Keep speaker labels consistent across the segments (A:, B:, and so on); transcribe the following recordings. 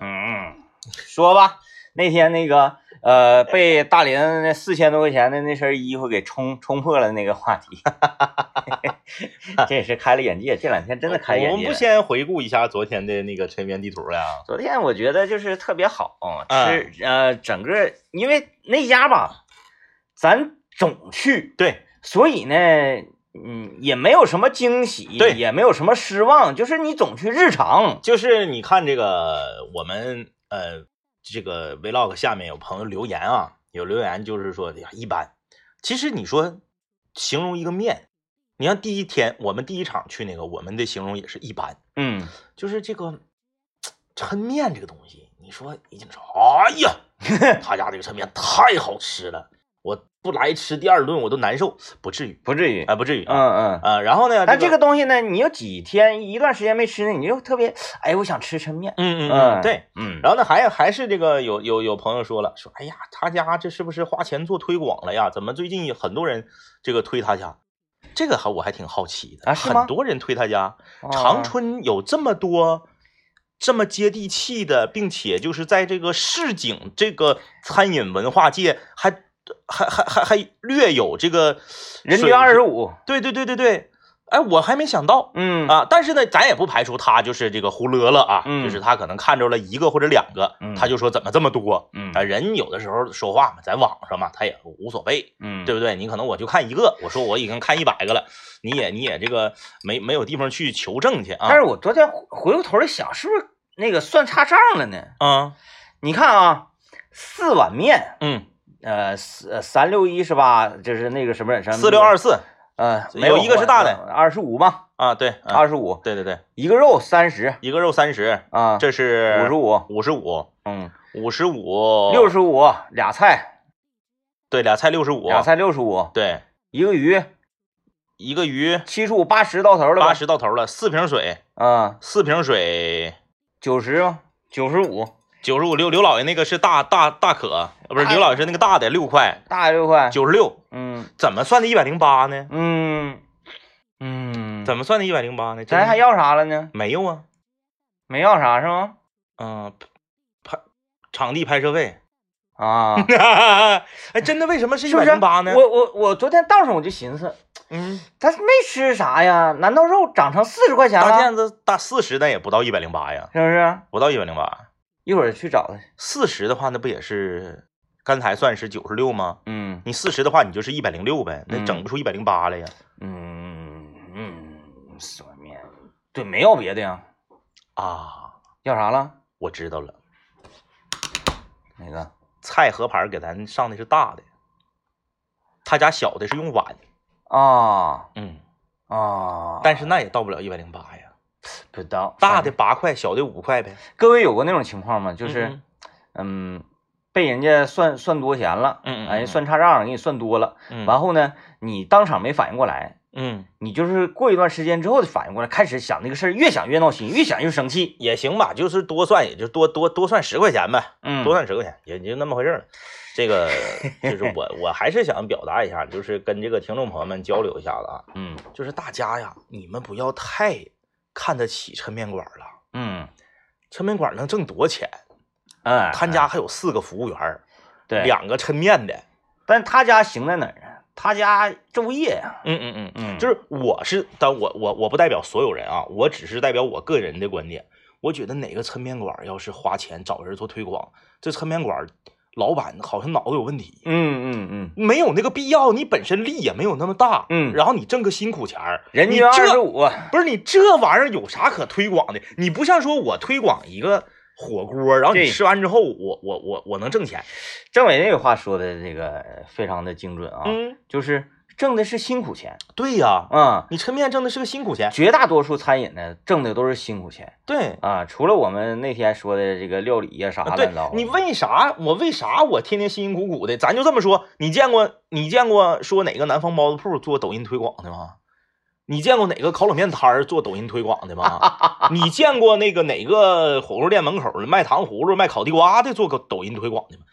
A: 嗯
B: 说吧，那天那个呃，被大林那四千多块钱的那身衣服给冲冲破了那个话 题， 这也是开了眼界。这两天真的开眼界。
A: 呃我们不先回顾一下昨天的那个陈年地图了？
B: 昨天我觉得就是特别好，
A: 嗯
B: 吃呃整个，因为那家吧，咱总去，
A: 对，
B: 所以呢，嗯，也没有什么惊喜，
A: 对
B: 也没有什么失望，就是你总去日常，
A: 就是你看这个我们呃这个 vlog 下面有朋友留言啊，有留言就是说哎呀一般。其实你说形容一个面，你像第一天我们第一场去那个，我们的形容也是一般，
B: 嗯，
A: 就是这个抻面这个东西，你说已经说，哎呀， 他家这个抻面太好吃了，我不来吃第二顿我都难受，不至于，
B: 不至于，
A: 啊、不至于啊，
B: 嗯嗯。
A: 啊、然后呢，
B: 但这个东西呢，你有几天一段时间没吃呢，你就特别，哎，我想吃抻面。
A: 嗯嗯
B: 嗯
A: 嗯，对。
B: 嗯，
A: 然后呢，还还是这个有有有朋友说了，说哎呀，他家这是不是花钱做推广了呀？怎么最近很多人这个推他家？这个还我还挺好奇的，
B: 啊是吗
A: 很多人推他家。
B: 哦
A: 长春有这么多这么接地气的，并且就是在这个市井这个餐饮文化界还还还还还略有这个
B: 人均
A: 水
B: 二十五，
A: 对对对对对，哎，我还没想到。
B: 嗯
A: 啊，但是呢，咱也不排除他就是这个胡勒了啊，
B: 嗯
A: 就是他可能看着了一个或者两个，
B: 嗯
A: 他就说怎么这么多
B: 嗯
A: 啊？人有的时候说话嘛，在网上嘛，他也无所谓，
B: 嗯，
A: 对不对？你可能我就看一个，我说我已经看一百个了，你也你也这个没没有地方去求证去
B: 但
A: 啊？
B: 是我昨天回过头来想，是不是那个算差账了呢？
A: 嗯
B: 你看啊，四碗面，
A: 嗯，
B: 呃，四三六一是吧？就是那个什么什么
A: 四六二，四
B: 呃，
A: 有
B: 没有
A: 一个是大的
B: 二十五嘛，
A: 啊，对，啊
B: 二十五，
A: 对对对，
B: 一个肉三十
A: 一个肉三十，
B: 啊，
A: 这是
B: 五十五，
A: 五十五
B: 嗯，
A: 五十五
B: 六十五俩菜，
A: 对俩菜六十五，
B: 俩菜六十五，
A: 对
B: 一个鱼
A: 一个鱼
B: 七十五八十到头了吧？
A: 八十到头了，四瓶水
B: 啊，
A: 四瓶水。
B: 九十吗？九十五，
A: 九十五六，刘老爷那个是大大大可，呃不是
B: 大
A: 刘老爷是那个大的六块
B: 大六块，
A: 九十六，
B: 嗯
A: 怎么算的一百零八呢？
B: 嗯嗯，
A: 怎么算的一百零八呢？真
B: 咱还要啥了呢？
A: 没有啊？
B: 没要啥是吗？
A: 嗯、拍场地拍摄费，
B: 啊。
A: 哎，真的为什么是一
B: 是不
A: 百
B: 是
A: 零八呢？
B: 我我我昨天道上我就寻思，
A: 嗯，
B: 咱没吃啥呀？难道肉涨成四十块钱
A: 大
B: 了？
A: 件子大四十，那也不到一百零八呀，
B: 是不是？
A: 不到一百零八。
B: 一会儿去找他。
A: 四十的话，那不也是刚才算是九十六吗？
B: 嗯
A: 你四十的话，你就是一百零六呗，那整不出一百零八来呀。
B: 嗯嗯，四碗面，对，没要别的呀。
A: 啊，
B: 要啥了？
A: 我知道了，
B: 哪个？
A: 菜盒盘儿给咱上的是大的，他家小的是用碗。
B: 啊
A: 嗯，
B: 啊！
A: 但是那也到不了一百零八呀，
B: 不到
A: 大的，八块，小的五块呗。嗯
B: 各位有过那种情况吗？就
A: 嗯就是
B: 嗯，被人家算算多钱了，
A: 嗯嗯
B: 哎，
A: 嗯
B: 算差账了给你算多了，
A: 嗯，
B: 然后呢，你当场没反应过来，
A: 嗯
B: 你就是过一段时间之后反应过来，开始想那个事儿，越想越闹心，越想越生气。
A: 也行吧，就是多算，也就多多多算十块钱呗，
B: 嗯
A: 多算十块钱也就那么回事儿了。这 个就是我我还是想表达一下，就是跟这个听众朋友们交流一下子啊，
B: 嗯
A: 就是大家呀，你们不要太看得起抻面馆了，
B: 嗯，
A: 抻面馆能挣多少钱？
B: 哎，
A: 他家还有四个服务员儿，
B: 对，
A: 两个抻面的，
B: 但他家行在哪儿啊？他家昼夜呀、
A: 嗯嗯嗯。
B: 嗯
A: 就是我是，但我我我不代表所有人啊，我只是代表我个人的观点。我觉得哪个抻面馆儿要是花钱找人做推广，这抻面馆儿老板好像脑子有问题，
B: 嗯嗯嗯，
A: 没有那个必要。你本身力也没有那么大，
B: 嗯
A: 然后你挣个辛苦钱儿，
B: 人
A: 你
B: 均二十
A: 这
B: 五，
A: 不是你这玩意儿有啥可推广的？你不像说我推广一个火锅，然后你
B: 对
A: 吃完之后，我我我我能挣钱，
B: 政委那个话说的这个非常的精准啊，
A: 嗯，
B: 就是挣的是辛苦钱
A: 对呀、
B: 啊、
A: 你抻面挣的是个辛苦钱，
B: 绝大多数餐饮呢挣的都是辛苦钱
A: 对。
B: 啊，除了我们那天说的这个料理呀、啥
A: 啊，
B: 乱
A: 对
B: 七八糟的，
A: 你为啥我为啥我天天辛辛苦苦的？咱就这么说，你见过你见过说哪个南方包子铺做抖音推广的吗？你见过哪个烤冷面摊儿做抖音推广的吗？你见过那个哪个火锅店门口的卖糖葫芦、卖烤地瓜的做个抖音推广的吗？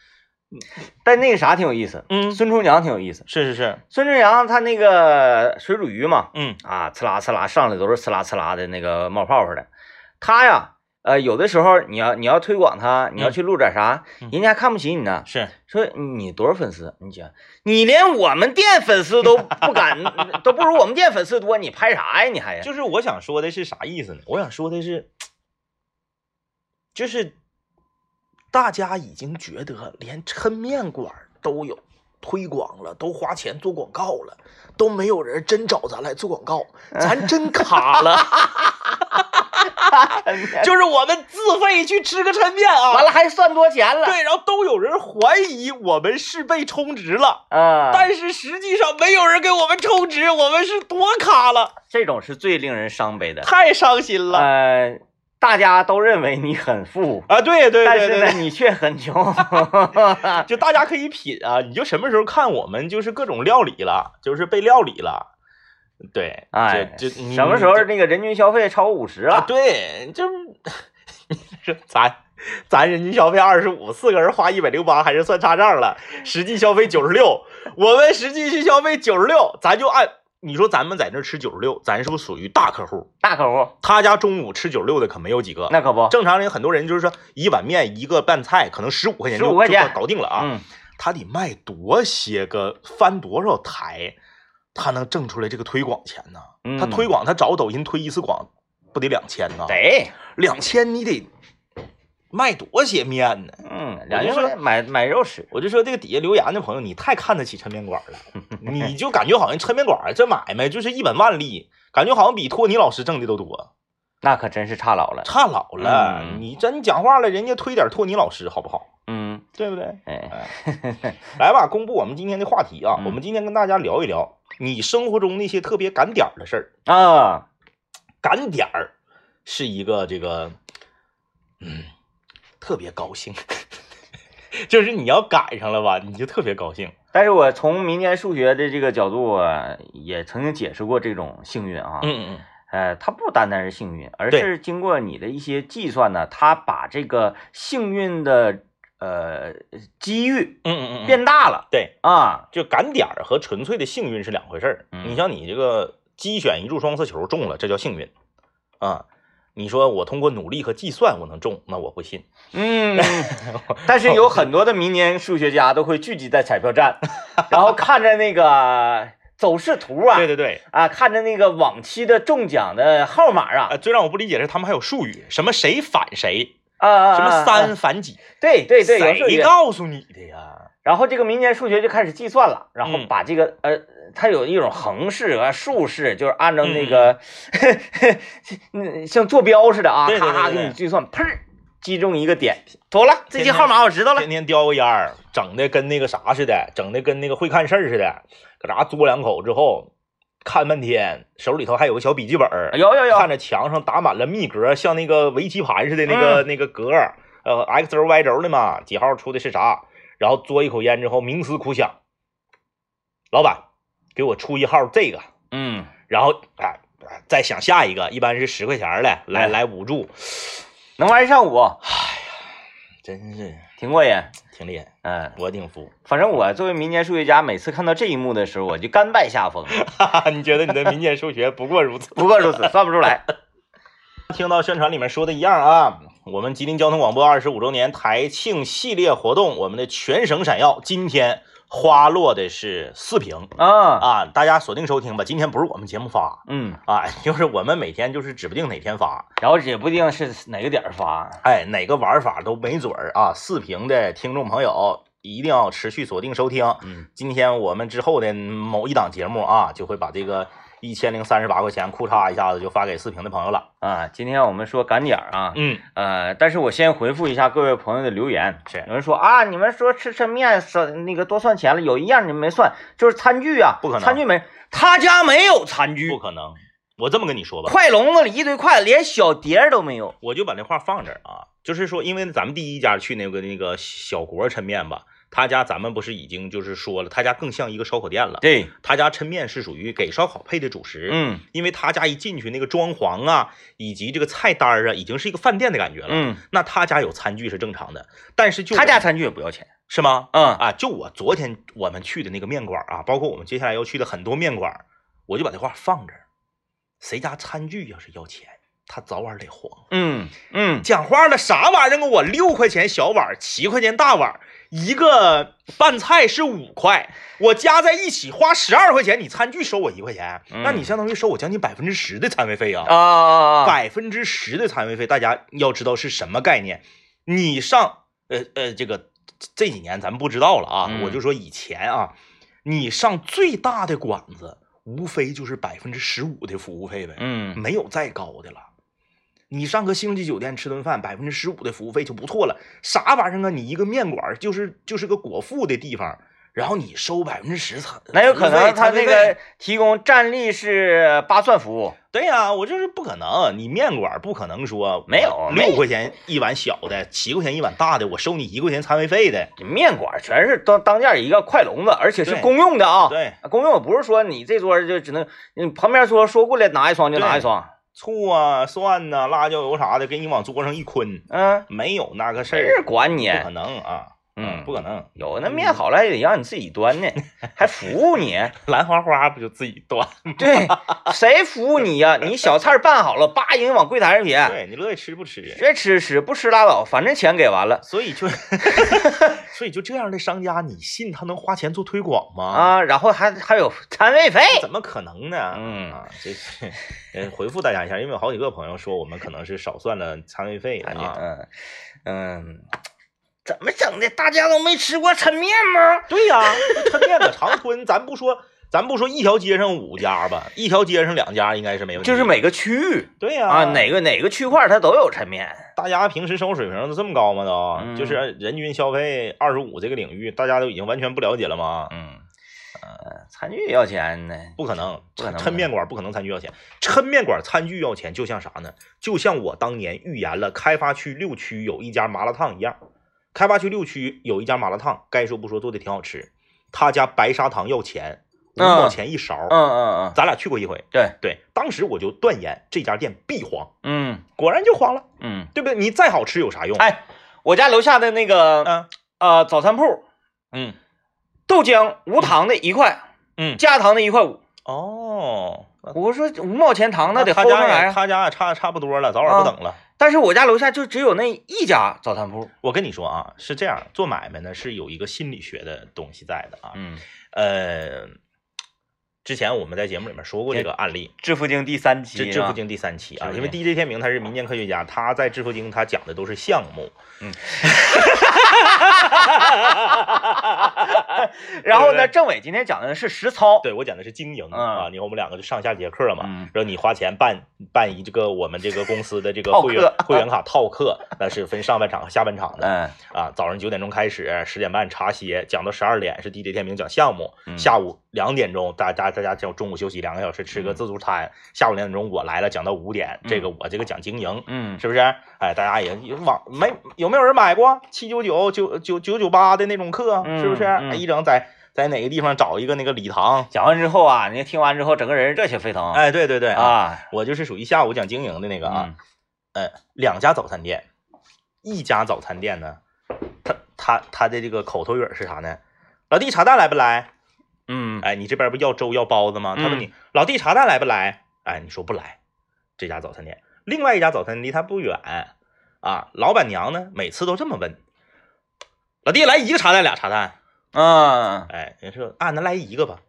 B: 但那个啥挺有意思，
A: 嗯，
B: 孙春阳挺有意思，
A: 是是是，
B: 孙春阳他那个水煮鱼嘛，
A: 嗯
B: 啊，呲啦呲啦上来都是呲啦呲啦的那个冒泡似的。他呀，呃，有的时候你要你要推广它，你要
A: 嗯
B: 去录点啥，
A: 嗯
B: 人家还看不起你呢，
A: 是
B: 说你多少粉丝？你讲你连我们店粉丝都不敢， 都不如我们店粉丝多，你拍啥呀？你还
A: 就是我想说的是啥意思呢？我想说的是，就是大家已经觉得连抻面馆儿都有推广了，都花钱做广告了，都没有人真找咱来做广 告，咱真卡了。就是我们自费去吃个抻面啊
B: 完，了还算多钱了，
A: 对，然后都有人怀疑我们是被充值了。
B: 啊，
A: 但是实际上没有人给我们充值，我们是多卡了，
B: 这种是最令人伤悲的。
A: 太伤心了
B: 呃，大家都认为你很富，
A: 啊！对对
B: 但
A: 对
B: 是
A: 对
B: 呢，
A: 对，
B: 你却很 穷。
A: 就大家可以品啊，你就什么时候看我们就是各种料理了，就是被料理了，对，
B: 哎
A: 就就你
B: 什么时候那个人均消费超过五十
A: 啊？
B: 了？
A: 对，就是 你说咱咱人均消费二十五，四个人花一百零八，还是算差账了，实际消费九十六，我们实际去消费九十六，咱就按你说咱们在那儿吃九十六，咱是不是属于大客户？
B: 大客户，
A: 他家中午吃九六的可没有几个。
B: 那可不，
A: 正常人很多人就是说一碗面一个拌菜，可能十五块钱就
B: 15块钱
A: 就搞定了啊。
B: 嗯，
A: 他得卖多些个翻多少台，他能挣出来这个推广钱呢？
B: 嗯
A: 他推广他找抖音推一次广，不得两千呢？
B: 得，
A: 两千你得卖多些面呢？
B: 嗯，
A: 我
B: 两千
A: 就说
B: 块钱买买肉吃，
A: 我就说这个底下留言的朋友，你太看得起抻面馆 了，你就感觉好像抻面馆儿这买卖就是一本万利，感觉好像比托尼老师挣的都多。
B: 那可真是差老了。
A: 差老了，
B: 嗯
A: 你真讲话了，人家推点托尼老师好不好？
B: 嗯，
A: 对不对？
B: 哎，
A: 来吧，公布我们今天的话题啊！
B: 嗯
A: 我们今天跟大家聊一聊你生活中那些特别赶点儿的事儿。
B: 啊，
A: 赶点儿是一个这个，嗯，特别高兴， 就是你要赶上了吧，你就特别高兴。
B: 但是我从民间数学的这个角度啊，也曾经解释过这种幸运啊，
A: 嗯嗯
B: 呃，它不单单是幸运，而
A: 对
B: 是经过你的一些计算呢，它把这个幸运的呃机遇
A: 嗯嗯嗯变
B: 变大了、
A: 对，
B: 啊。
A: 就赶点儿和纯粹的幸运是两回事儿。
B: 嗯
A: 你像你这个机选一注双色球中了，这叫幸运啊。你说我通过努力和计算我能中，那我不信。
B: 嗯，但是有很多的民间数学家都会聚集在彩票站，然后看着那个走势图啊，
A: 对对，
B: 啊，看着那个往期的中奖的号码啊
A: 啊，，最让我不理解的是他们还有术语，什么谁反谁，
B: 啊啊，
A: 呃什么
B: 啊，
A: 三
B: 啊
A: 反几，
B: 对对对，有数
A: 谁
B: 学。
A: 告诉你的呀？
B: 然后这个民间数学就开始计算了，然后
A: 嗯
B: 把这个、呃，它有一种横式和竖式，就是按照那
A: 嗯
B: 个，嗯 像坐标似的啊，
A: 对对
B: 咔咔
A: 对对
B: 给你计算，砰儿，击中一个点，妥了，这期号码我知道了
A: 天。天叼个烟儿，整的跟那个啥似的，整的跟那个会看事儿似的，搁啥嘬两口之后，看半天，手里头还有个小笔记本儿，
B: 有有有，
A: 看着墙上打满了密格，像那个围棋盘似的那
B: 嗯
A: 个、那个格儿，呃，x 轴 y 轴的嘛，几号出的是啥，然后嘬一口烟之后，冥思苦想，老板给我出一号这个，
B: 嗯，
A: 然后哎、哎再想下一个，一般是十块钱儿的，来
B: 哎
A: 来五注，
B: 能玩一上午，
A: 真是
B: 挺过瘾。
A: 挺厉害，
B: 嗯、
A: 我挺服。
B: 反正我作为民间数学家，每次看到这一幕的时候，我就甘拜下风。
A: 哈哈，你觉得你的民间数学不过如此？
B: 不过如此， 算不出来。
A: 听到宣传里面说的一样啊，我们吉林交通广播二十五周年台庆系列活动，我们的全省闪耀，今天花落的是四平
B: 啊，
A: 啊，大家锁定收听吧。今天不是我们节目发
B: 嗯，
A: 啊， 就是我们每天就是指不定哪天发，
B: 然后也不一定是哪个点儿发。
A: 哎，哪个玩法都没准儿啊。四平的听众朋友一定要持续锁定收听。
B: 嗯，
A: 今天我们之后的某一档节目啊，就会把这个一千零三十八块钱，库嚓一下子就发给四平的朋友了。
B: 啊，今天我们说赶点儿啊，
A: 嗯。
B: 呃，但是我先回复一下各位朋友的留言。
A: 是
B: 有人说啊，你们说吃抻面算那个多算钱了，有一样你们没算，就是餐具啊，
A: 不可能
B: 餐具没，他家没有餐具
A: 不，可能。我这么跟你说吧，
B: 筷笼子里一堆筷子，连小碟儿都没有。
A: 我就把那话放这儿啊，就是说，因为咱们第一家去那个那个小国抻面吧，他家咱们不是已经就是说了，他家更像一个烧烤店了。
B: 对，
A: 他家抻面是属于给烧烤配的主食，
B: 嗯
A: 因为他家一进去那个装潢啊，以及这个菜单儿啊，已经是一个饭店的感觉了。
B: 嗯，
A: 那他家有餐具是正常的，但是就
B: 他家
A: 我
B: 餐具也不要钱。
A: 是吗？
B: 嗯，
A: 啊，就我昨天我们去的那个面馆啊，包括我们接下来要去的很多面馆，我就把这话放这儿，谁家餐具要是要钱，它早晚得黄。
B: 嗯嗯，
A: 讲话了，啥玩意儿啊？我六块钱小碗，七块钱大碗，一个拌菜是五块，我加在一起花十二块钱，你餐具收我一块钱，啊
B: 嗯
A: 那你相当于收我将近百分之十的餐位费啊！
B: 啊，
A: 百分之十的残位费，大家要知道是什么概念。你上呃呃，这个这几年咱不知道了啊，
B: 嗯
A: 我就说以前啊，你上最大的馆子，无非就是百分之十五的服务费呗，
B: 嗯
A: 没有再高的了。你上个星级酒店吃顿饭，百分之十五的服务费就不错了。啥玩意儿啊？你一个面馆儿就是就是个果腹的地方，然后你收百分之十餐，
B: 那有可
A: 服务费
B: 能他
A: 餐费
B: 这
A: 费
B: 个提供站立式八蒜服务，
A: 对呀、我就是不可能，你面馆儿不可能说
B: 没有
A: 我
B: 没
A: 六块钱一碗小的，七块钱一碗大的，我收你一块钱餐位费的。
B: 面馆全是当当间一个快笼子，而且是
A: 对
B: 公用的啊，
A: 对，
B: 公用不是说你这桌就只能你旁边桌说过来拿一双就拿一
A: 对
B: 双，
A: 醋啊、蒜呐、辣椒油啥的，给你往桌上一坤，
B: 嗯，
A: 没有那个事
B: 没人
A: 儿，
B: 管你，
A: 不可能啊，
B: 嗯，
A: 不可能。
B: 有那面好了还得让你自己端呢，还服务 你，
A: 兰花花不就自己端？
B: 对，谁服务你呀、你小菜拌好了，叭一人往柜台上撇，
A: 对你乐意吃不吃？
B: 谁吃吃，不吃拉倒，反正钱给完了
A: 所 以就，所以就这样的商家，你信他能花钱做推广吗？啊，
B: 啊，然后还还有摊位费，
A: 怎么可能呢？
B: 嗯，
A: 啊，这是呃回复大家一下，因为有好几个朋友说我们可能是少算了餐位费
B: 感觉
A: 啊。
B: 嗯嗯，怎么整的？大家都没吃过抻面吗？
A: 对呀、抻面搁长春， 咱不说，咱不说一条街上五家吧，一条街上两家应该是没问题。
B: 就是每个区域
A: 对呀、
B: 啊，哪个哪个区块它都有抻面，
A: 大家平时生活水平都这么高吗？都、
B: 嗯
A: 就是人均消费二十五这个领域，大家都已经完全不了解了吗？
B: 嗯，呃，餐具也要钱呢，
A: 不可能，
B: 不可能
A: 抻面馆不可能餐具要钱，抻面馆餐具要钱，就像啥呢？就像我当年预言了开发区六区有一家麻辣烫一样，开发区六区有一家麻辣烫，该说不说做的挺好吃，他家白砂糖要钱，五
B: 嗯
A: 毛钱一勺，
B: 嗯嗯嗯，
A: 咱俩去过一回，
B: 对，
A: 对，当时我就断言这家店必黄，
B: 嗯
A: 果然就黄了，
B: 嗯，
A: 对不对？你再好吃有啥用？
B: 哎，我家楼下的那个
A: 嗯
B: 呃早餐铺。
A: 嗯，
B: 豆浆无糖的一块，
A: 嗯
B: 加糖的一块五。
A: 哦，
B: 我说五毛钱糖那得
A: 他
B: 齁上来
A: 家也
B: 啊！嗯
A: 他家也差差不多了，早晚不等了。
B: 但是我家楼下就只有那一家早餐铺。
A: 我跟你说啊，是这样，做买卖呢是有一个心理学的东西在的啊。
B: 嗯，
A: 呃，之前我们在节目里面说过这个案例，
B: 致富经第 三
A: 这
B: 期，
A: 《致富，经》第三期啊，
B: 致富
A: 因为 DJ 天明他是民间科学家，他在《致富经》他讲的都是项目，
B: 然后呢，
A: 对不对
B: 政委今天讲的是实操。
A: 对我讲的是经营
B: 嗯
A: 啊，你看我们两个就上下节课嘛，
B: 嗯
A: 然后你花钱办办一这个我们这个公司的这个
B: 套
A: 会员
B: 课
A: 会员卡套课，那是分上半场和下半场的
B: 嗯
A: 啊，早上九点钟开始，十点半茶歇，讲到十二点是 DJ 天明讲项目，
B: 嗯
A: 下午两点钟大家大家就中午休息两个小时吃个
B: 嗯
A: 自助餐，下午两点钟我来了讲到五点，
B: 嗯
A: 这个我这个讲经营。
B: 嗯
A: 是不是？哎，大家也也网没有没有人买过七九九九九九九八的那种课，
B: 嗯
A: 是不是？
B: 嗯
A: 哎一整在在哪个地方找一个那个礼堂？
B: 讲完之后啊，你听完之后，整个人热血沸腾。
A: 哎，对对对，
B: 啊，嗯
A: 我就是属于下午讲经营的那个啊。呃，两家早餐店，一家早餐店呢，他他他的这个口头语儿是啥呢？老弟，茶蛋来不来？
B: 嗯，嗯
A: 哎，你这边不要粥要包子吗？他问
B: 嗯
A: 你、老弟茶蛋来不来？哎，你说不来。这家早餐店，另外一家早餐店离他不远啊。老板娘呢，每次都这么问：老弟来一个茶蛋，俩茶蛋。
B: 嗯，
A: 哎，人说啊，那来一个吧。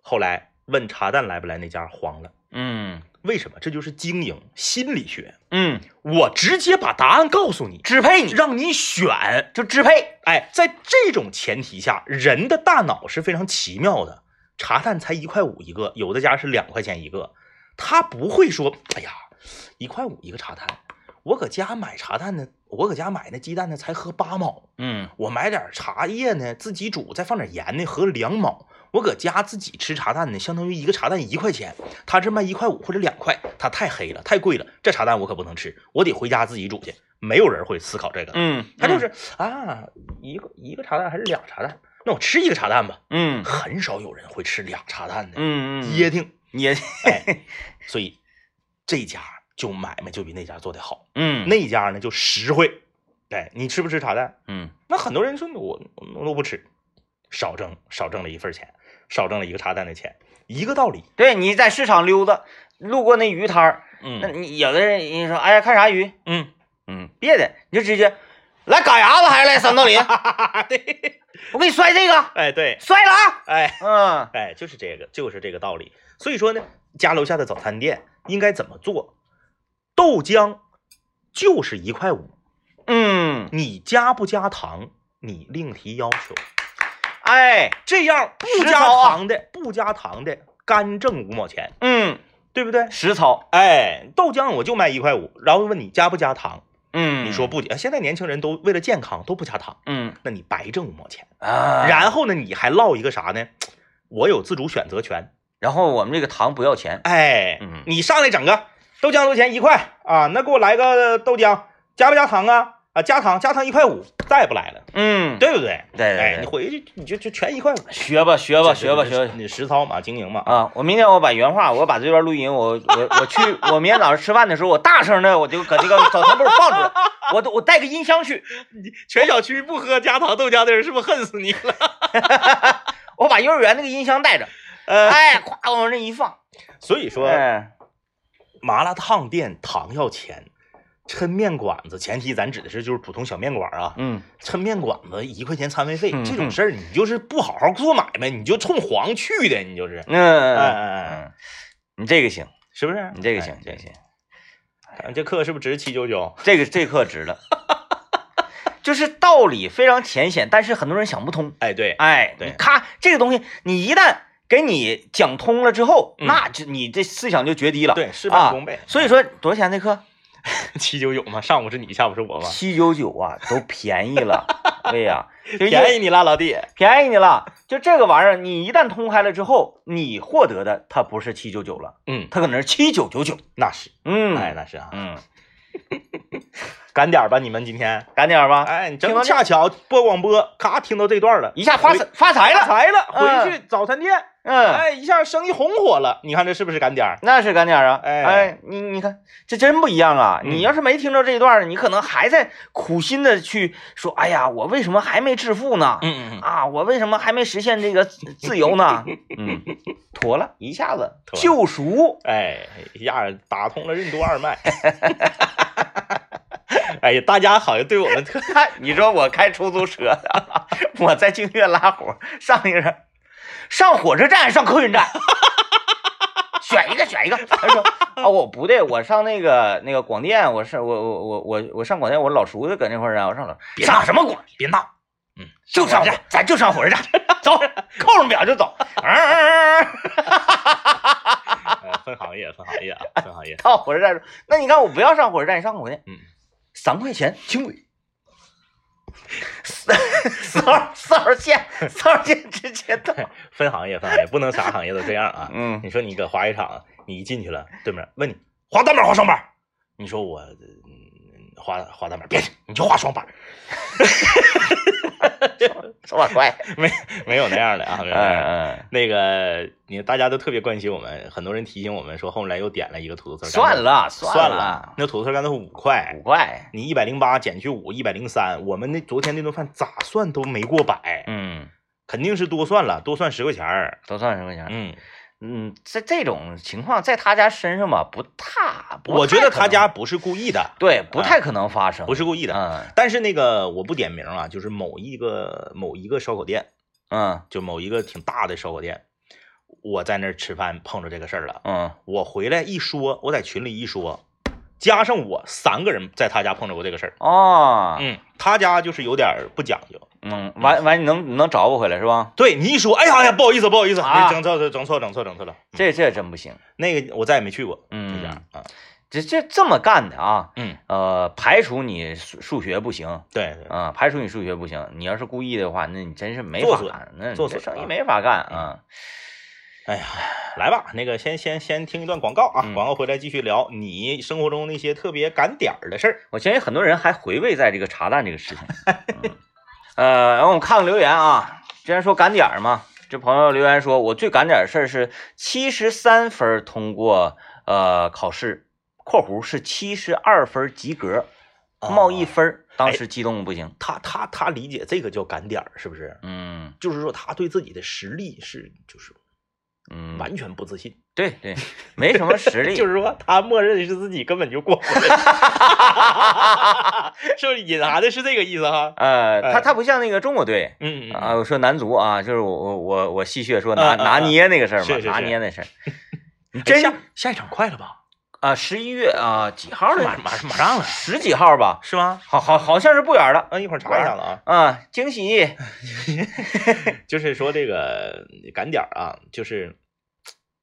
A: 后来问茶蛋来不来，那家黄了。
B: 嗯
A: 为什么？这就是经营心理学。
B: 嗯，
A: 我直接把答案告诉你，
B: 支配你
A: 让你选。
B: 就支配。
A: 哎，在这种前提下，人的大脑是非常奇妙的。茶蛋才一块五一个，有的家是两块钱一个，他不会说，哎呀，一块五一个茶蛋，我搁家买茶蛋呢，我搁家买那鸡蛋呢才合八毛，
B: 嗯
A: 我买点茶叶呢自己煮，再放点盐呢合两毛，我搁家自己吃茶蛋呢，相当于一个茶蛋一块钱，他这卖一块五或者两块，他太黑了，太贵了，这茶蛋我可不能吃，我得回家自己煮去，没有人会思考这个的。
B: 嗯，
A: 他就是啊，一个一个茶蛋还是俩茶蛋？那我吃一个茶蛋吧。
B: 嗯
A: 很少有人会吃俩茶蛋的，
B: 嗯嗯，
A: 噎挺。
B: 也
A: 哎，所以这家就买卖就比那家做的好，
B: 嗯
A: 那家呢就实惠。哎，你吃不吃茶蛋？
B: 嗯
A: 那很多人说我我都不吃，少挣少挣了一份钱，少挣了一个茶蛋的钱，一个道理。
B: 对，你在市场溜达，路过那鱼摊儿，那
A: 嗯
B: 你有的人人家说，哎呀，看啥鱼？
A: 嗯，
B: 嗯，别的，你就直接来嘎牙子还是来三道林？
A: 对，
B: 我给你摔这个，
A: 哎对，
B: 摔了啊！
A: 哎
B: 嗯，
A: 哎，就是这个，就是这个道理。所以说呢，家楼下的早餐店应该怎么做？豆浆就是一块五，
B: 嗯，
A: 你加不加糖，你另提要求。
B: 哎，
A: 这样不
B: 实
A: 加
B: 操啊
A: 糖的，不加糖的，干挣五毛钱，
B: 嗯，
A: 对不对？
B: 实操，
A: 哎，豆浆我就卖一块五，然后问你加不加糖，
B: 嗯，
A: 你说，不加。现在年轻人都为了健康都不加糖，
B: 嗯
A: 那你白挣五毛钱。
B: 啊，
A: 然后呢，你还落一个啥呢？我有自主选择权。
B: 然后我们这个糖不要钱，
A: 哎
B: 嗯，
A: 你上来整个豆浆多少钱？一块啊，那给我来个豆浆，加不加糖啊？啊，加糖，加糖一块五，再也不来了，
B: 嗯，
A: 对不对？
B: 对对对
A: 哎，你回去你就就全一块五，
B: 学吧学吧学吧学吧
A: 你实操嘛，经营嘛，
B: 啊！我明天我把原话，我把这段录音，我我我去，我明天早上吃饭的时候，我大声的，我就搁这个早餐部放出来，我都我带个音箱去，
A: 全小区不喝加糖豆浆的人是不是恨死你 了？
B: 我把幼儿园那个音箱带着，
A: 呃，
B: 哎，咵往那一放，
A: 所以说
B: 哎，
A: 麻辣烫店糖要钱，抻面馆子前提咱指的是就是普通小面馆啊，
B: 嗯，
A: 抻面馆子一块钱餐位费
B: 嗯
A: 这种事儿，你就是不好好做买卖，你就冲黄去的，你就是，哎
B: 嗯，
A: 哎哎，
B: 嗯，你这个行，
A: 是不是？
B: 你这个
A: 哎
B: 行，这个行，
A: 看这课是不是值七九九？
B: 这个这课值了， 就是道理非常浅显，但是很多人想不通。
A: 哎，对，
B: 哎，
A: 对
B: 你咔，这个东西你一旦给你讲通了之后，
A: 嗯
B: 那就你这思想就决堤了。
A: 对，事
B: 啊
A: 半功倍，
B: 所以说多少钱那课？
A: 七九九嘛，上午是你，下午是 我嘛，
B: 七九九啊，都便宜 了。对呀、就
A: 便
B: 宜
A: 宜你啦，老弟。
B: 便宜你了。就这个玩意儿，你一旦通开了之后，你获得的它不是七九九了，
A: 嗯，
B: 它可能是七九九九。
A: 那是，
B: 嗯，
A: 哎，那是啊，
B: 嗯，
A: 赶点儿吧，你们今天。
B: 赶点儿吧，
A: 哎，你
B: 啊听
A: 正
B: 到这
A: 恰巧播广播，咔听到这段了，
B: 一下发财发财了。
A: 财了，
B: 嗯
A: 回去早餐店，
B: 嗯，
A: 哎，一下生意红火了。你看这是不是赶点儿？
B: 那是赶点儿啊。
A: 哎
B: 哎，你你看，这真不一样啊！
A: 嗯
B: 你要是没听到这一段儿，你可能还在苦心的去说，哎呀，我为什么还没致富呢？
A: 嗯嗯，
B: 啊，我为什么还没实现这个自自由呢？ 嗯，妥了，一下子
A: 妥了
B: 救赎。
A: 哎，一下打通了任督 二脉。哎呀，大家好像对我们特
B: 你说我开出租车， 我在净月拉活，上一个上火车站，上客运站， 选一个选一个。他说啊，我不对，我上那个那个广电，我是我我我我我上广电，我老叔子搁那块儿啊，我上老
A: 别闹
B: 上什么广？
A: 别闹，嗯，
B: 就上
A: 火车
B: 火咱就上火车站， 走，扣上表就走。嗯
A: 哎分行业，分行业啊，分行业。
B: 到火车站说，那你看我不要上火车站，你上广电，
A: 嗯，
B: 三块钱轻轨，四四号四号线四号线直接 到。
A: 分行业，分行业，不能啥行业都这样啊。
B: 嗯
A: 你说你搁滑雪场，你一进去了，对面问你滑单板滑双板，你说我嗯滑滑单板，别去，你就滑双板，
B: 手把快。
A: 没 没有那样的啊，没有那样的。
B: 嗯
A: 那个，你大家都特别关心我们，很多人提醒我们说，后来又点了一个土豆丝
B: 嗯，
A: 儿，
B: 算，了
A: 算
B: 了，
A: 那土豆丝儿干豆腐五块
B: 五，块。
A: 你一百零八减去五，一百零三，我们那昨天那顿饭咋算都没过百，
B: 嗯，
A: 肯定是多算了，多算十块钱儿。
B: 都算什么钱？
A: 嗯，
B: 嗯，在这种情况，在他家身上吧，不大。不
A: 我觉
B: 太
A: 得
B: 可
A: 他
B: 能
A: 家不是故意的，
B: 对不太可能发生，
A: 不是故意的。
B: 嗯
A: 但是那个我不点名啊，就是某一个某一个烧烤店，
B: 嗯
A: 就某一个挺大的烧烤店，我在那儿吃饭碰着这个事儿了。
B: 嗯
A: 我回来一说，我在群里一说，加上我三个人在他家碰着过这个事儿。
B: 哦
A: 嗯，他家就是有点儿不讲究。
B: 嗯，完完你能你能找我回来是吧？
A: 对你一说，哎呀哎呀，不好意思，不好意思，
B: 啊
A: 整错了，整错了，整错了，整错了。嗯
B: 这这真不行，
A: 那个我再也没去过
B: 嗯
A: 那家啊。
B: 这这这么干的啊，
A: 嗯，
B: 呃，排除你数数学不行啊、
A: 对对，
B: 排除你数学不行，你要是故意的话，那你真是没
A: 做
B: 法
A: 损
B: 干，那你
A: 做
B: 这
A: 损
B: 生意
A: 啊
B: 没法干啊。
A: 哎呀，来吧，那个先先先听一段广告啊，
B: 嗯
A: 广告回来继续聊你生活中那些特别赶点儿的事儿。
B: 我相信很多人还回味在这个茶蛋这个事情。嗯、呃，然后我们看看留言啊，既然说赶点儿嘛，这朋友留言说，我最赶点儿的事儿是七十三分儿通过呃考试（括弧是七十二分儿及格，冒一分儿），当时激动不行。
A: 他他他理解这个叫赶点儿，是不是？
B: 嗯
A: 就是说他对自己的实力是就是
B: 嗯，
A: 完全不自信。
B: 对对，没什么 实力，
A: 就是说他默认是自己根本就过分，是不是隐含的是这个意思哈？
B: 呃，他
A: 哎
B: 他不像那个中国队
A: 嗯嗯
B: 啊，我说男足啊，就是我我我我戏谑说拿
A: 啊啊
B: 拿
A: 啊
B: 捏那个事儿嘛
A: 是，是
B: 拿
A: 是
B: 捏那 事儿，你
A: 真
B: 真
A: 哎下下一场快了吧？
B: 啊，十一月啊几号
A: 马
B: 来着
A: 马马上了
B: 十几号吧，
A: 是吗？
B: 好好好像是不远了
A: 嗯，一会儿查一下了啊。
B: 啊，惊 喜，
A: 就是说这个赶点儿啊，就是，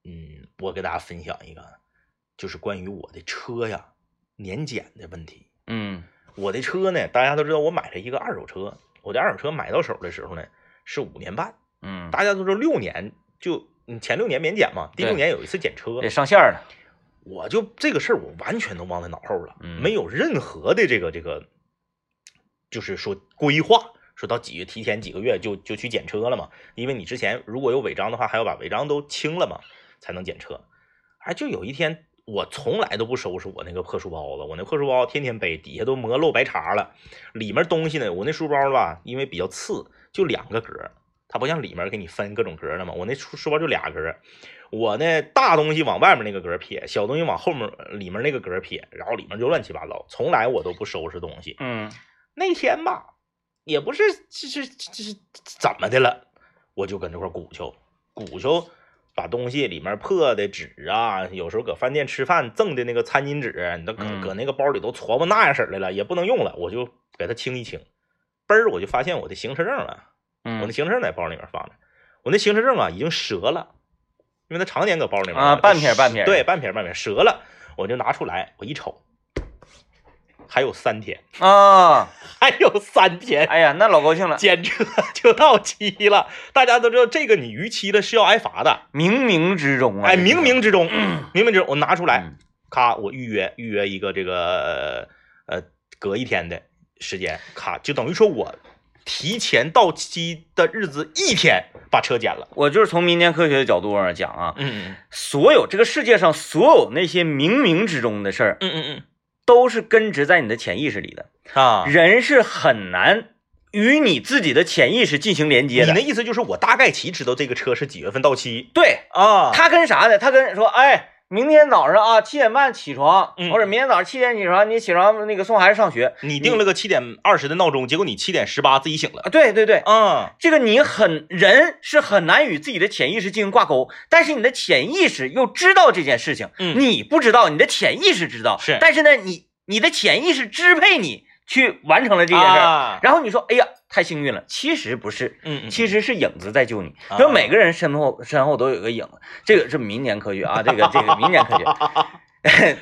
A: 嗯，我给大家分享一个，啊就是关于我的车呀年检的问题。
B: 嗯
A: 我的车呢，大家都知道，我买了一个二手车，我的二手车买到手的时候呢是五年半，
B: 嗯，
A: 大家都知道六年就你前六年免检嘛，第六
B: 对
A: 年有一次检车
B: 得，上线了，
A: 我就这个事儿我完全都忘在脑后了，
B: 嗯
A: 没有任何的这个这个，就是说规划，说到几月提前几个月就就去检车了嘛，因为你之前如果有违章的话，还要把违章都清了嘛，才能检车。哎，就有一天我从来都不收拾我那个破书包子，我那破书包天天背，底下都磨漏白茬了，里面东西呢，我那书包吧，因为比较次，就两个格儿。它不像里面给你分各种格儿了嘛，我那书书包就俩格儿，我呢，大东西往外面那个格儿撇，小东西往后面呃里面那个格儿撇，然后里面就乱七八糟，从来我都不收拾东西。
B: 嗯
A: 那天吧，也不是这是这是怎么的了，我就搁那块儿鼓秋鼓秋，把东西里面破的纸啊，有时候搁饭店吃饭赠的那个餐巾纸，你都搁
B: 嗯
A: 搁那个包里都搓吧那样式儿来了，也不能用了，我就给它清一清，嘣儿我就发现我的行车证了。我那
B: 嗯
A: 行车证在包里面放着，我那行车证啊已经折了，因为它常年搁包里面
B: 啊
A: 它
B: 半撇儿半撇儿
A: 对，半撇儿半撇儿折了，我就拿出来，我一瞅，还有三天，
B: 啊，
A: 还有三天，
B: 哎呀，那老高兴了，
A: 检测就到期了。大家都知道，这个你逾期了是要挨罚的，
B: 冥冥之中啊，
A: 哎，
B: 这
A: 冥
B: 是
A: 冥之中，冥冥之中，我拿出来，
B: 嗯
A: 咔，我预约预约一个这个呃隔一天的时间，咔，就等于说我提前到期的日子一天把车检了。
B: 我就是从民间科学的角度上讲啊，
A: 嗯
B: 所有这个世界上所有那些冥冥之中的事儿，
A: 嗯嗯
B: 都是根植在你的潜意识里的。
A: 嗯啊，
B: 人是很难与你自己的潜意识进行连
A: 你
B: 接的
A: 的。意思就是我大概其知道这个车是几月份到期
B: 对，
A: 啊
B: 他跟啥呢？他跟说，哎，明天早上啊七点半起床，
A: 嗯
B: 或者明天早上七点起床，你起床那个送孩子上学
A: 你定了个七点二十的闹钟，结果你七点十八自己醒了
B: 啊。对对对，
A: 啊。
B: 这个你很人是很难与自己的潜意识进行挂钩，但是你的潜意识又知道这件事情，
A: 嗯
B: 你不知道，你的潜意识知道，
A: 是
B: 但是呢，你你的潜意识支配你去完成了这件事儿，
A: 啊，
B: 然后你说，哎呀，太幸运了，其实不是。
A: 嗯嗯，
B: 其实是影子在救你，
A: 啊
B: 因为每个人身后身后都有一个影子，这个是民间科学啊，这个这个民间科 学，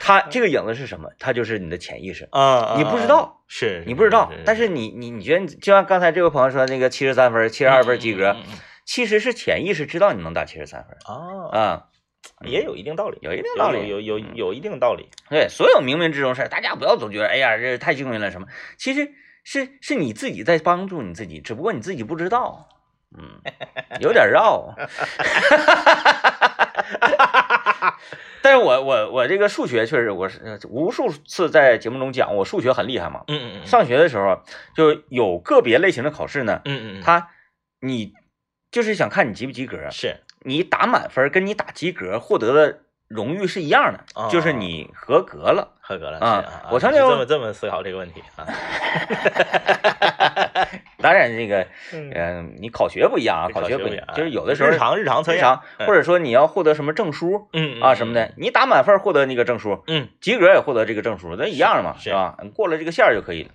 B: 它这个影子是什么？它就是你的潜意识，
A: 啊，
B: 你不知道，
A: 是
B: 你不知
A: 嗯
B: 道，但是你你你觉得你，就像刚才这位朋友说那个七十三分、七十二
A: 嗯
B: 分及格，其实是潜意识知道你能打七十三分
A: 啊，
B: 啊，
A: 也有一定道理，
B: 有一定
A: 有
B: 道理。
A: 有有有有一定道理。
B: 对，所有冥冥之中事儿，大家不要总觉得哎呀这太幸运了什么，其实是是你自己在帮助你自己，只不过你自己不知道。嗯，有点绕。啊 但是我我我这个数学确实，我是呃无数次在节目中讲，我数学很厉害嘛。
A: 嗯
B: 上学的时候啊就有个别类型的考试呢，
A: 嗯嗯，
B: 它你就是想看你及不及格，啊
A: 是
B: 你打满分儿跟你打及格获得的荣誉是一样的，
A: 哦
B: 就是你合格了。
A: 合格了这么这么思考这个问题啊。
B: 当然，这个，嗯、
A: 嗯，
B: 你考学不一样啊，考学
A: 不哎
B: 不一样，就是有的时候
A: 日常日常
B: 非常，或者说你要获得什么证书
A: 哎嗯
B: 啊什么的，，你打满分儿获得那个证书，
A: 嗯
B: 及格也获得这个证书，那一样嘛，
A: 是
B: 是吧？过了这个线儿就可以了。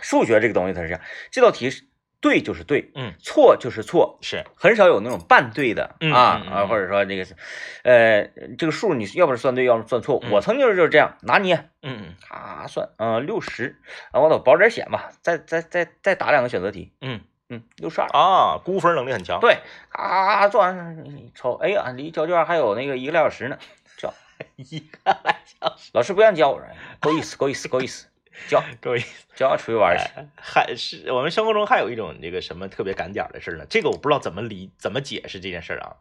B: 数学这个东西它是这样，这道题是对就是对，
A: 嗯，
B: 错就是错，
A: 是
B: 很少有那种半对的
A: 嗯
B: 啊
A: 嗯嗯
B: 啊，或者说这个是，呃，这个数你要不是算对，要不是算错。
A: 嗯
B: 我曾经就是这样拿捏，
A: 嗯
B: 咔算，嗯，六十，啊，我得保点险吧，再再再再打两个选择题，
A: 嗯
B: 嗯，六十二。
A: 啊，估分能力很强。
B: 对，啊，做完你瞅，哎呀，离交卷还有那个一个来小时呢，交，
A: 一个来小时，
B: 老师不让交，我说哎够意思，够意思，够意思， 交
A: 各位，
B: 交出去玩去。
A: 还是我们生活中还有一种这个什么特别赶点儿的事儿呢？这个我不知道怎么理怎么解释这件事儿啊。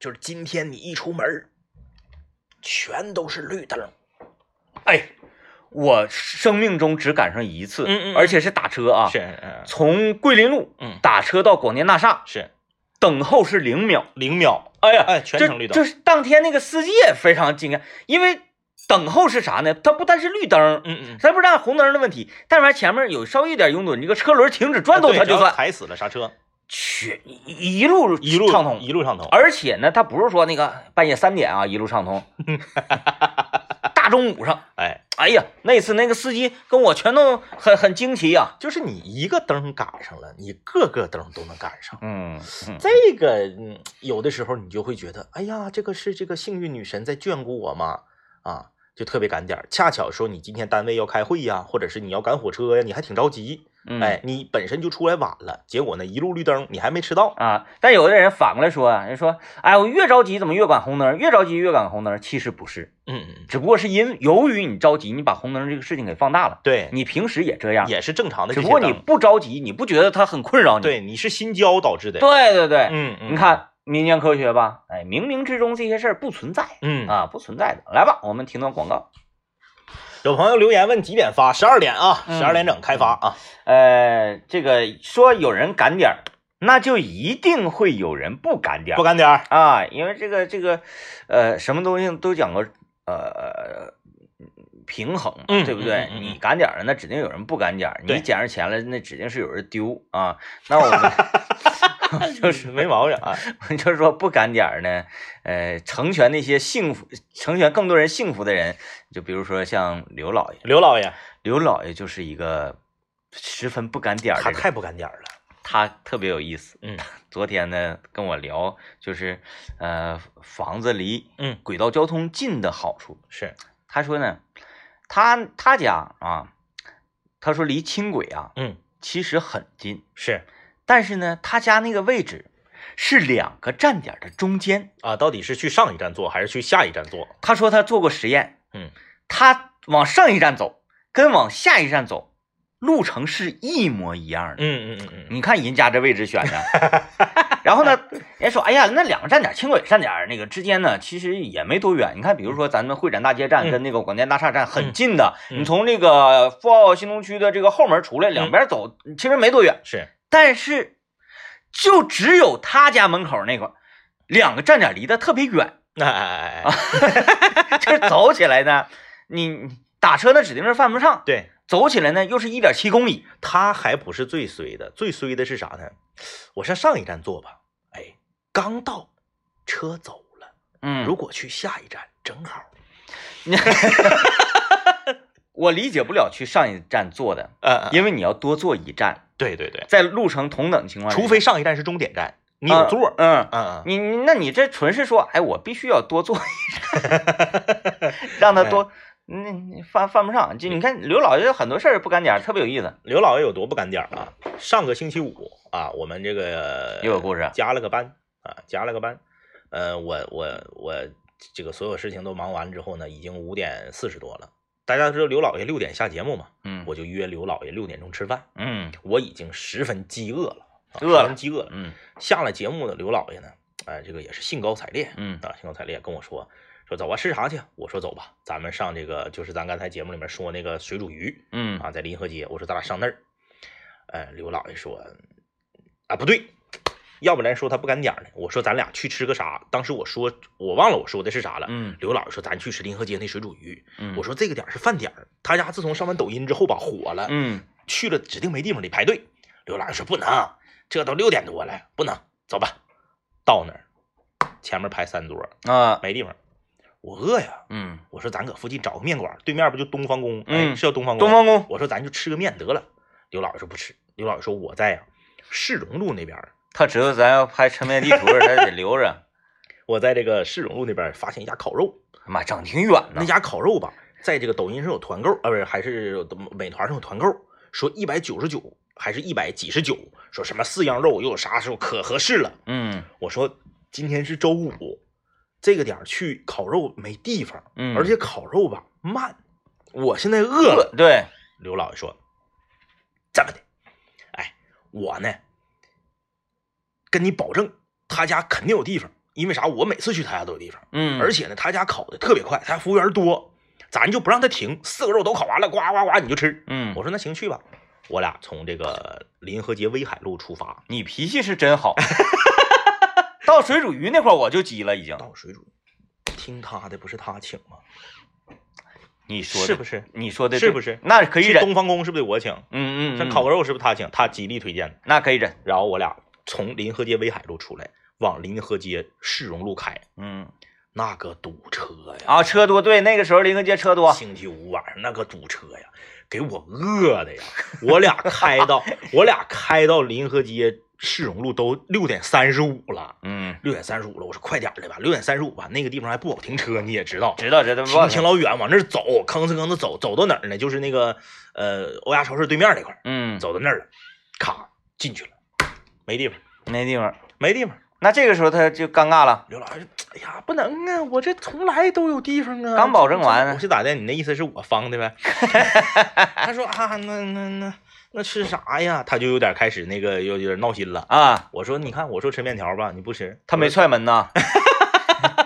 A: 就是今天你一出门儿，全都是绿灯儿，
B: 哎，我生命中只赶上一次，
A: 嗯嗯嗯
B: 而且是打车啊，
A: 是嗯
B: 从桂林路
A: 嗯
B: 打车到广电大厦
A: 是
B: 等候是零秒。
A: 零秒，
B: 哎呀，
A: 哎，全
B: 这
A: 程绿灯
B: 这，是当天那个司机也非常惊讶，因为等候是啥呢？它不但是绿灯，
A: 嗯嗯，
B: 咱不知道红灯的问题，但凡前面有稍微一点拥堵，你这个车轮停止转动，
A: 啊对
B: 它
A: 只
B: 就
A: 要
B: 算
A: 踩死了刹车，
B: 去一一路
A: 一路
B: 畅通。
A: 一路畅通，
B: 而且呢，它不是说那个半夜三点啊一路畅 通，大中午上，
A: 哎，
B: 哎呀，那次那个司机跟我全都很很惊奇呀、
A: 就是你一个灯赶上了，你各个灯都能赶上。
B: 嗯，
A: 这个嗯有的时候你就会觉得，哎呀，这个是这个幸运女神在眷顾我吗？啊，就特别赶点儿。恰巧说你今天单位要开会呀，或者是你要赶火车呀，你还挺着急，
B: 嗯
A: 哎，你本身就出来晚了，结果呢一路绿灯你还没迟到，
B: 啊，但有的人反过来说啊，人说，哎，我越着急怎么越赶红灯，越着急越赶红灯，其实不是，
A: 嗯嗯，嗯
B: 只不过是因由于你着急，你把红灯这个事情给放大了，
A: 对，
B: 你平时也这样，
A: 也是正常的
B: 只
A: 这
B: 不
A: 些
B: 过
A: 灯。
B: 你不着急，你不觉得它很困扰你，
A: 对你是心焦导致的，
B: 对对对
A: 嗯，嗯
B: 你，看民间科学吧，哎，冥冥之中这些事儿不存在
A: 嗯，
B: 啊，不存在的。来吧，我们听段广告。
A: 有朋友留言问几点发，十二点啊，
B: 嗯
A: 十二点整开发啊，
B: 呃，这个说有人赶点儿，那就一定会有人不赶点
A: 不
B: 儿
A: 赶点儿，
B: 啊，因为这个这个，呃，什么东西都讲个呃平衡嘛，
A: 嗯
B: 对不对？
A: 嗯嗯嗯嗯
B: 你赶点儿了，那指定有人不赶点儿；
A: 对
B: 你捡着钱了，那指定是有人丢啊。那我 们 就是
A: 没毛病啊，
B: 就是说不赶点儿呢，呃，成全那些幸福，成全更多人幸福的人，就比如说像刘老爷，
A: 刘老爷
B: 刘老爷就是一个十分不赶点儿
A: 他
B: 的人，
A: 太不赶点儿了，
B: 他特别有意思。
A: 嗯
B: 昨天呢跟我聊，就是呃房子离
A: 嗯
B: 轨道交通近的好处，
A: 是，
B: 他说呢，他他家啊，他说离轻轨啊
A: 嗯
B: 其实很近，
A: 是
B: 但是呢他家那个位置是两个站点的中间。
A: 啊，到底是去上一站坐还是去下一站坐？
B: 他说他做过实验，
A: 嗯，
B: 他往上一站走跟往下一站走路程是一模一样的。
A: 嗯嗯嗯嗯嗯，
B: 你看人家这位置选的， 然后呢，人家说，哎呀，那两个站点轻轨站点儿那个之间呢，其实也没多远。你看，比如说咱们会展大街站
A: 嗯
B: 跟那个广电大厦站很近的，
A: 嗯
B: 你从这个富奥新东区的这个后门出来，两边走其实没多远。
A: 是
B: 但是，就只有他家门口那块儿，两个站点离得特别远，
A: 那哎哎哎，
B: 就是走起来呢，你你打车那指定是犯不上，
A: 对，
B: 走起来呢又是一点七公里。
A: 他还不是最衰的，最衰的是啥呢？我上上一站坐吧，哎，刚到车走了，
B: 嗯
A: 如果去下一站正好，
B: 我理解不了去上一站坐的，
A: 呃，
B: 因为你要多坐一站，
A: 对对对，
B: 在路程同等情况下，
A: 除非上一站是终点站，你
B: 你
A: 有座儿，
B: 嗯，
A: 嗯嗯，
B: 你你那你这纯是说，哎，我必须要多坐一 站，让他
A: 哎
B: 多，那你犯犯不上。就你看
A: 嗯
B: 刘老爷很多事儿不干点儿，特别有意思，
A: 刘老爷有多不赶点儿啊？上个星期五啊，我们这个
B: 又有故事。
A: 加了个班啊，加了个班。呃，我我我这个所有事情都忙完之后呢，已经五点四十多了。大家知道刘老爷六点下节目嘛，
B: 嗯，
A: 我就约刘老爷六点钟吃饭。
B: 嗯
A: 我已经十分饥饿了，啊
B: 饿了
A: 十分饥饿了。
B: 嗯
A: 下了节目的刘老爷呢，哎，这个也是兴高采烈
B: 嗯
A: 啊，兴高采烈跟我说说走啊，吃啥去？我说走吧，咱们上这个就是咱刚才节目里面说那个水煮鱼
B: 嗯
A: 啊，在临河街。我说咱俩上那儿。呃，刘老爷说啊，不对，要不然说他不赶点儿呢。我说咱俩去吃个啥？当时我说我忘了我说的是啥了。
B: 嗯
A: 刘老爷说咱去吃临河街那水煮鱼。
B: 嗯，
A: 我说这个点儿是饭点儿，他家自从上完抖音之后吧火了，
B: 嗯
A: 去了指定没地方得排队。刘老爷说不能，这都六点多了，不能，走吧。到那儿，前面排三桌，
B: 啊
A: 没地方。我饿呀，
B: 嗯，
A: 我说咱搁附近找个面馆，对面不就东方宫？
B: 嗯
A: 哎，是叫东方宫。
B: 东方宫
A: 我说咱就吃个面得了。刘老爷说不吃，刘老爷说我在呀、市容路那边儿，
B: 他知道咱要拍抻面地图，他得留着。
A: 我在这个市容路那边儿发现一家烤肉，
B: 妈，整挺远
A: 那
B: 呢。
A: 家烤肉吧，在这个抖音上有团购，呃，不是，还是美团上有团购，说一百九十九，还是一百几十九，说什么四样肉又有啥时候可合适了。
B: 嗯
A: 我说今天是周五，这个点儿去烤肉没地方，
B: 嗯，
A: 而且烤肉吧慢，我现在饿了。
B: 对，
A: 刘老爷说：“这么的，哎，我呢，跟你保证，他家肯定有地方，因为啥？我每次去他家都有地方。
B: 嗯，
A: 而且呢，他家烤的特别快，他家服务员多，咱就不让他停，四个肉都烤完了，呱呱呱你就吃。
B: 嗯，
A: 我说那行去吧，我俩从这个临河街威海路出发，
B: 你脾气是真好。 到水煮鱼那块儿我就急了，已经。
A: 倒水煮，听他的不是他请吗？
B: 你说的
A: 是不是？
B: 你说的
A: 是
B: 对
A: 不是
B: 那可以
A: 去
B: 忍，
A: 东方宫是不是得我请？
B: 嗯嗯，
A: 像
B: 嗯
A: 烤个肉是不是他请？他极力推荐的。
B: 那可以忍，
A: 然后我俩从临河街威海路出来，往临河街市容路开，
B: 嗯
A: 那个堵车呀！
B: 啊，车多，对，那个时候临河街车多，
A: 星期五晚上那个堵车呀，给我饿的呀！我俩开到我俩开到临河街市容路都六点三十五了，
B: 嗯，
A: 六点三十五了，我说快点儿的吧，六点三十五吧，那个地方还不好停车，你也知道，
B: 知道知道，不
A: 挺
B: 好
A: 挺
B: 听，
A: 老远，往那儿走，吭哧吭哧走，走到哪儿呢？就是那个呃欧亚超市对面那块儿，
B: 嗯，
A: 走到那儿了，咔进去了，没地方，
B: 那地方，
A: 没地方。
B: 那这个时候他就尴尬了，
A: 刘老师，哎呀，不能啊！我这从来都有地方啊。
B: 刚保证完
A: 我是咋的？你那意思是我方的呗？ 他说啊，那那那那吃啥呀？他就有点开始那个有有点闹心了。
B: 啊，
A: 我说，你看，我说吃面条吧，你不吃，
B: 他没
A: 我说
B: 踹门呐，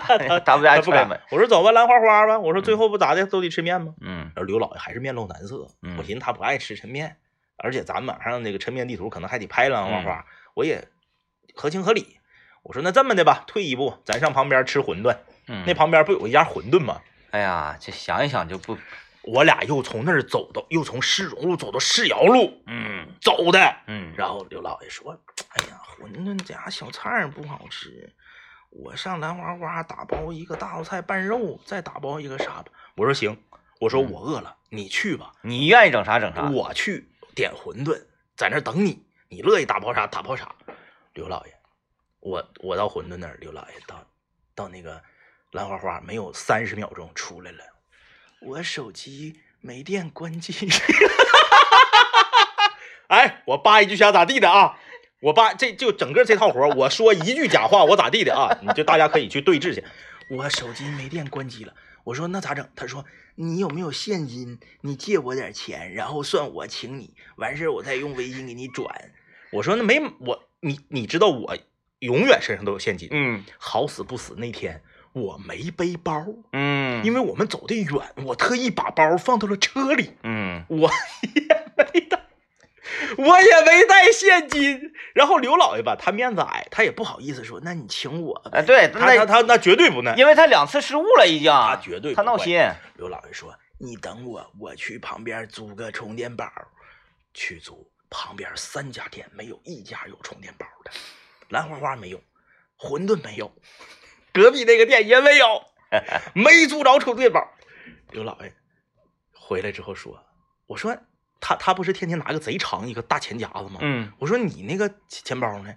B: 他 他不爱
A: 他不
B: 踹
A: 敢
B: 门，。
A: 我说走吧，兰花花吧。我说最后不咋的，都得吃面吗？
B: 嗯
A: 然后刘老爷还是面露难色。
B: 嗯
A: 我寻思他不爱吃抻面，而且咱马上那个抻面地图可能还得拍兰花
B: 嗯
A: 花，我也合情合理。我说那这么的吧，退一步，咱上旁边吃馄饨。
B: 嗯，
A: 那旁边不有一家馄饨吗？
B: 哎呀，这想一想就不，
A: 我俩又从那儿走到，又从市容路走到市窑路
B: 嗯
A: 走的。
B: 嗯，
A: 然后刘老爷说：“哎呀，馄饨这家小菜儿不好吃，我上兰花花打包一个大头菜拌肉，再打包一个啥吧。”我说：“行。”我说：“
B: 嗯
A: 我饿了，你去吧，
B: 你愿意整啥整啥，
A: 我去点馄饨，在那儿等你，你乐意打包啥打包啥。”刘老爷，我我到馄饨那儿，刘老爷到到那个兰花花没有三十秒钟出来了，我手机没电关机。 哎，我扒一句瞎咋地的啊？我扒这就整个这套活儿，我说一句假话我咋地的啊？你就大家可以去对峙去。我手机没电关机了，我说那咋整？他说你有没有现金？你借我点钱，然后算我请你，完事儿我再用微信给你转。我说那没我你你知道我永远身上都有现金，
B: 嗯
A: 好死不死那天我没背包，
B: 嗯，
A: 因
B: 为
A: 为我们走得远，我特意把包放到了车里，
B: 嗯
A: 我也没带， 我也没带现金。然后刘老爷吧，他面子矮，他也不好意思说，那你请我呗。
B: 哎对，
A: 他他
B: 那
A: 他那绝对不那，
B: 因为他两次失误了已经，
A: 他绝对
B: 他
A: 不会
B: 闹心，
A: 刘老爷说：“你等我，我去旁边租个充电宝。”去租，旁边三家店没有一家有充电宝的，兰花花没有，馄饨没有， 隔壁那个店也没有， 没租着充电宝。刘老爷回来之后说：“我说他他不是天天拿个贼长一个大钱夹子吗？
B: 嗯，
A: 我说你那个钱钱包呢？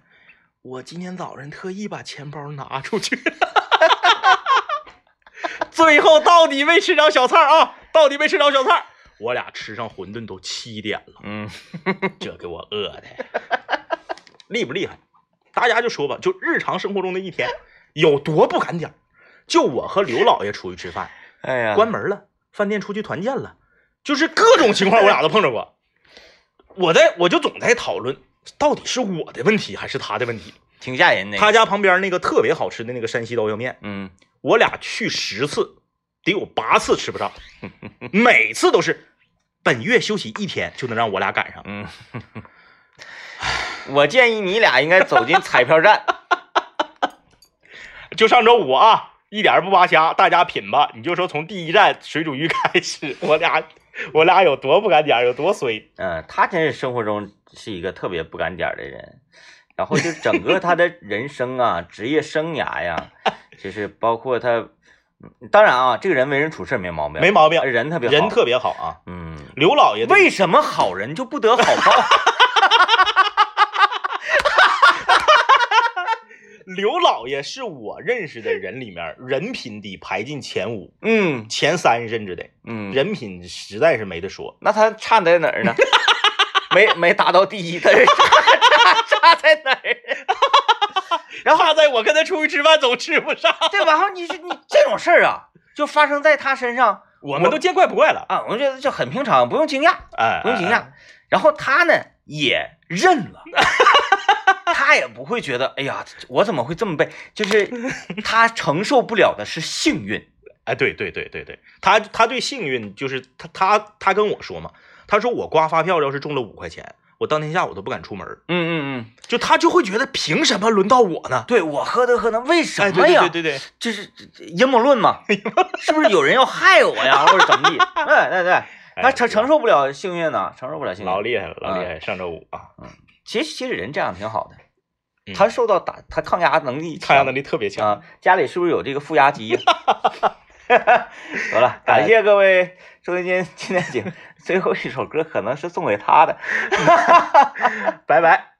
A: 我今天早上特意把钱包拿出去， 最后到底没吃着小菜儿啊，到底没吃着小菜儿。我俩吃上馄饨都七点了，
B: 嗯
A: 这给我饿的，厉不厉害？大家就说吧，就日常生活中的一天有多不赶点儿就我和刘老爷出去吃饭，
B: 哎呀，
A: 关门了，饭店出去团建了，就是各种情况我俩都碰着过。我在我就总在讨论，到底是我的问题还是他的问题？
B: 挺吓人的，
A: 他家旁边那个特别好吃的那个山西刀削面，
B: 嗯
A: 我俩去十次，得有八次吃 不上，每次都是本月休息一天就能让我俩赶上。
B: 嗯，我建议你俩应该走进彩票站，
A: 就上周五啊，一点儿不扒瞎，大家品吧。你就说从第一站水煮鱼开始， 我俩我俩有多不赶点儿，有多衰。
B: 嗯，他真是生活中是一个特别不赶点儿的人，然后就整个他的人生啊、职业生涯呀，就是包括他，嗯当然啊，这个人为人处事没毛病，
A: 没毛病
B: 人特别好
A: 人特别好啊。
B: 嗯，
A: 刘老爷的
B: 为什么好人就不得好报？
A: 刘老爷是我认识的人里面人品低，排进前五、
B: 嗯
A: 前三甚至的，
B: 嗯，
A: 人品实在是没得说。
B: 那他差在哪儿呢？没没达到第一，他是 差差差在哪儿？
A: 然后在我跟他出去吃饭总吃不上，
B: 对吧？然后你是你这种事儿啊，就发生在他身上
A: 我们都见怪不怪了。
B: 啊，我觉得这很平常，不用惊讶。
A: 哎，
B: 不用惊
A: 哎，
B: 讶。然后他呢也认了， 他也不会觉得，哎呀，我怎么会这么背？ 就是他承受不了的是幸运。
A: 哎，对对对对对，他他对幸运就是他他他跟我说嘛，他说我刮发票要是中了五块钱，我当天下午都不敢出门儿，
B: 嗯嗯嗯，
A: 就他就会觉得凭什么轮到我呢？
B: 对我何德何能？为什
A: 哎，
B: 么
A: 对
B: 呀？
A: 对对对对，
B: 这是这这阴谋论嘛？是不是有人要害我呀，或者怎么 地？哎对对，他
A: 哎
B: 承承受不了幸运呢，承受不了幸
A: 老
B: 运。
A: 厉害了，老
B: 嗯
A: 厉害！上周五啊，
B: 其实其实人这样挺好的，
A: 嗯
B: 他受到打他抗压能力
A: 抗压
B: 力
A: 能力特别强。
B: 啊，家里是不是有这个负压机呀？ 好了，感谢各位收听 今天节目，最后一首歌可能是送给他的，拜拜。